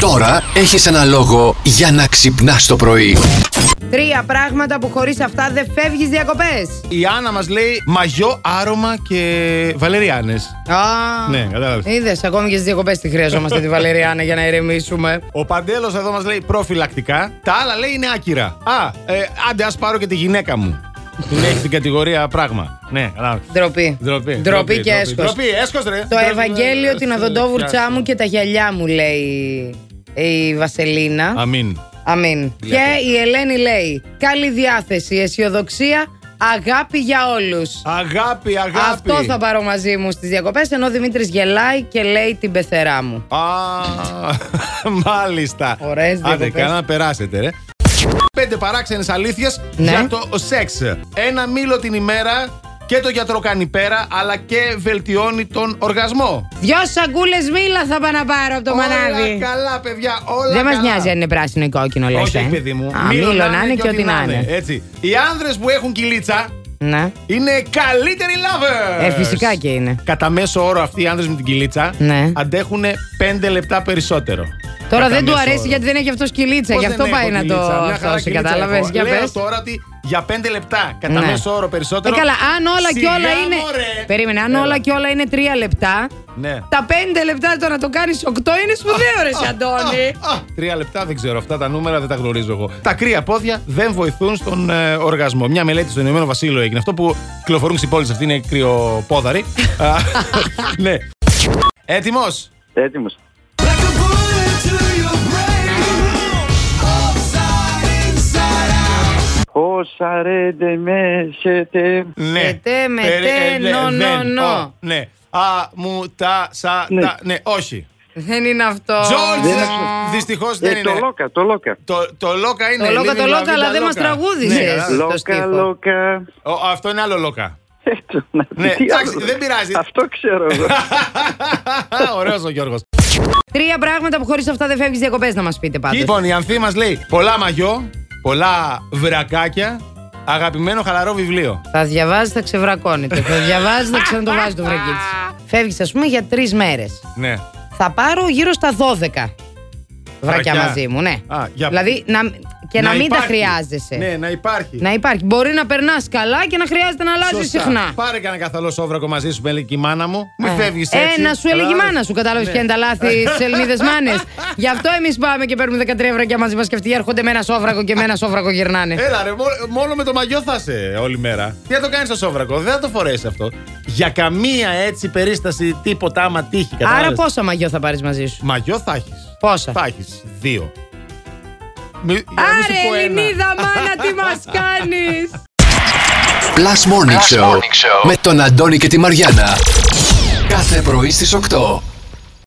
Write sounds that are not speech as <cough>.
Τώρα έχεις ένα λόγο για να ξυπνάς το πρωί. Τρία πράγματα που χωρίς αυτά δεν φεύγεις διακοπές. Η Άννα μας λέει μαγιό, άρωμα και βαλεριάνες. Α, Ε. Ναι, κατάλαβες. Είδες, ακόμη και στις διακοπές τη χρειαζόμαστε τη Βαλεριάνα για να ηρεμήσουμε. Ο Παντέλος εδώ μας λέει προφυλακτικά. Τα άλλα λέει είναι άκυρα. Α, ε, άντε, ας πάρω και τη γυναίκα μου. Την έχει την κατηγορία πράγμα. Ναι, κατάλαβες. Ντροπή. Ντροπή. Ντροπή και έσχο. Ντροπή, έσκος, ρε. Το Ντροπή, Ευαγγέλιο, ε, την ε, οδοντόβουρτσά φτιάξτε. μου και τα γυαλιά μου, λέει η Βασελίνα. Αμήν. Αμήν. Και η Ελένη λέει: Καλή διάθεση, αισιοδοξία, αγάπη για όλους. Αγάπη, αγάπη. Αυτό θα πάρω μαζί μου στις διακοπές. Ενώ ο Δημήτρης γελάει και λέει την πεθερά μου. <laughs> Α, μάλιστα. Ωραίες Άντε, διακοπές. καλά να περάσετε, ρε. Πέντε παράξενες αλήθειες Ναι. για το σεξ. Ένα μήλο την ημέρα και το γιατρό κάνει πέρα, αλλά και βελτιώνει τον οργασμό. Δυο σαγκούλε μήλα θα πάω να πάρω από το μανάδι. Όλα καλά, παιδιά, όλα Δεν μας καλά. νοιάζει αν είναι πράσινο ή κόκκινο, λες. Όχι, παιδί μου. Α, μήλο να είναι και ό,τι να είναι. Έτσι. Οι άνδρες που έχουν κυλίτσα Ναι. είναι καλύτεροι lovers. Ε, φυσικά και είναι. Κατά μέσο όρο αυτοί οι άνδρες με την κυλίτσα Ναι. αντέχουν 5 λεπτά περισσότερο. Τώρα Κατά δεν του μέσο αρέσει όρο. γιατί δεν έχει αυτό κυλίτσα. Πώς Γι' δεν αυτό έχω πάει να το κυλίτσα, μια χαρά αυτόσει. κυλίτσα Κατάλαβες. έχω. Για Λέω πες. τώρα ότι για 5 λεπτά κατά Ναι. μέσο όρο περισσότερο. Ε, καλά, αν όλα και όλα Σιγά, είναι. μωρέ. Περίμενε, αν Έλα. όλα και όλα είναι τρία λεπτά. Ναι. Τα πέντε λεπτά το να το κάνεις οκτώ είναι σπουδαίο, ρε <laughs> Αντώνη. Α, α, Τρία λεπτά δεν ξέρω. Αυτά τα νούμερα δεν τα γνωρίζω εγώ. Τα κρύα πόδια δεν βοηθούν στον ε, οργασμό. Μια μελέτη στον Ηνωμένο Βασίλειο έγινε. Αυτό που κυκλοφορούν στις πόλεις αυτή είναι <laughs> κρυοπόδαροι. Α, ναι. Έτοιμος. Έτοιμος. Όσα ρε δεν με έχετε. Ναι. Μετέ, μετέ, Περί- ε, ναι, νο, νο, δεν, νο. ο, Ναι. Α, μου, τα, σα, Ναι. τα. Ναι, όχι. Δεν είναι αυτό. Τζόρτζ, Δεν δυστυχώ δεν Ε, το είναι. Λόκα, το Λόκα. Το, το Λόκα είναι. Το Λόκα, Living το La Λόκα, Vida αλλά δεν Loca. μας τραγούδισες. Ναι, καλά. στο Λόκα, στίχο. Λόκα. Ο, αυτό είναι άλλο Λόκα. <laughs> Ε, το να- Ναι, τι εντάξει, άλλο. δεν πειράζει. Αυτό ξέρω εγώ. Ωραίος ο Γιώργος. Τρία πράγματα που χωρίς αυτά δεν φεύγεις διακοπές να μας πείτε πάντως. Λοιπόν, η Ανθή μας λέει πολλά μαγιό, πολλά βρακάκια, αγαπημένο χαλαρό βιβλίο. Θα διαβάζεις, θα ξεβρακώνεται. θα διαβάζεις, θα ξανατοβάζεις το βρακί της. Φεύγεις, ας πούμε, για τρεις μέρες. Ναι. Θα πάρω γύρω στα 12 βρακιά μαζί μου, ναι. Α, για- Δηλαδή, να... και να, μην υπάρχει. τα χρειάζεσαι. Ναι, να υπάρχει. Να υπάρχει. Μπορεί να περνάς καλά και να χρειάζεται να αλλάζεις Σωστά. συχνά. Πάρε κανένα καθαλό σόβρακο μαζί σου, με έλεγε και η μάνα μου. Μην Ε, φεύγεις έτσι. ε, να σου έλεγε η Κατάλαβες. μάνα σου, κατάλαβες Ναι. ποια είναι τα <laughs> λάθη στις Ελληνίδες μάνες. Γι' αυτό εμείς πάμε και παίρνουμε 13 βρακιά μαζί μας και αυτοί έρχονται με ένα σόβρακο και με ένα σόβρακο γυρνάνε. Έλα ρε, μόνο, μόνο με το μαγιό θα είσαι όλη μέρα. Τι θα το κάνεις στο σόβρακο, δεν θα το φορέσεις αυτό. Για καμία έτσι περίσταση τίποτα άμα τύχει. Άρα κατάλαβες. πόσα μαγιό θα πάρεις μαζί σου. Μαγιό θα έχεις. Πόσα. Θα έχεις. Δύο. Μη- για να μην σου πω Άρε, ένα. Ελληνίδα, μάνα, τι μας <laughs> κάνεις. Plus Morning, Show, με τον Αντώνη και τη Μαριάνα. Κάθε πρωί στις 8.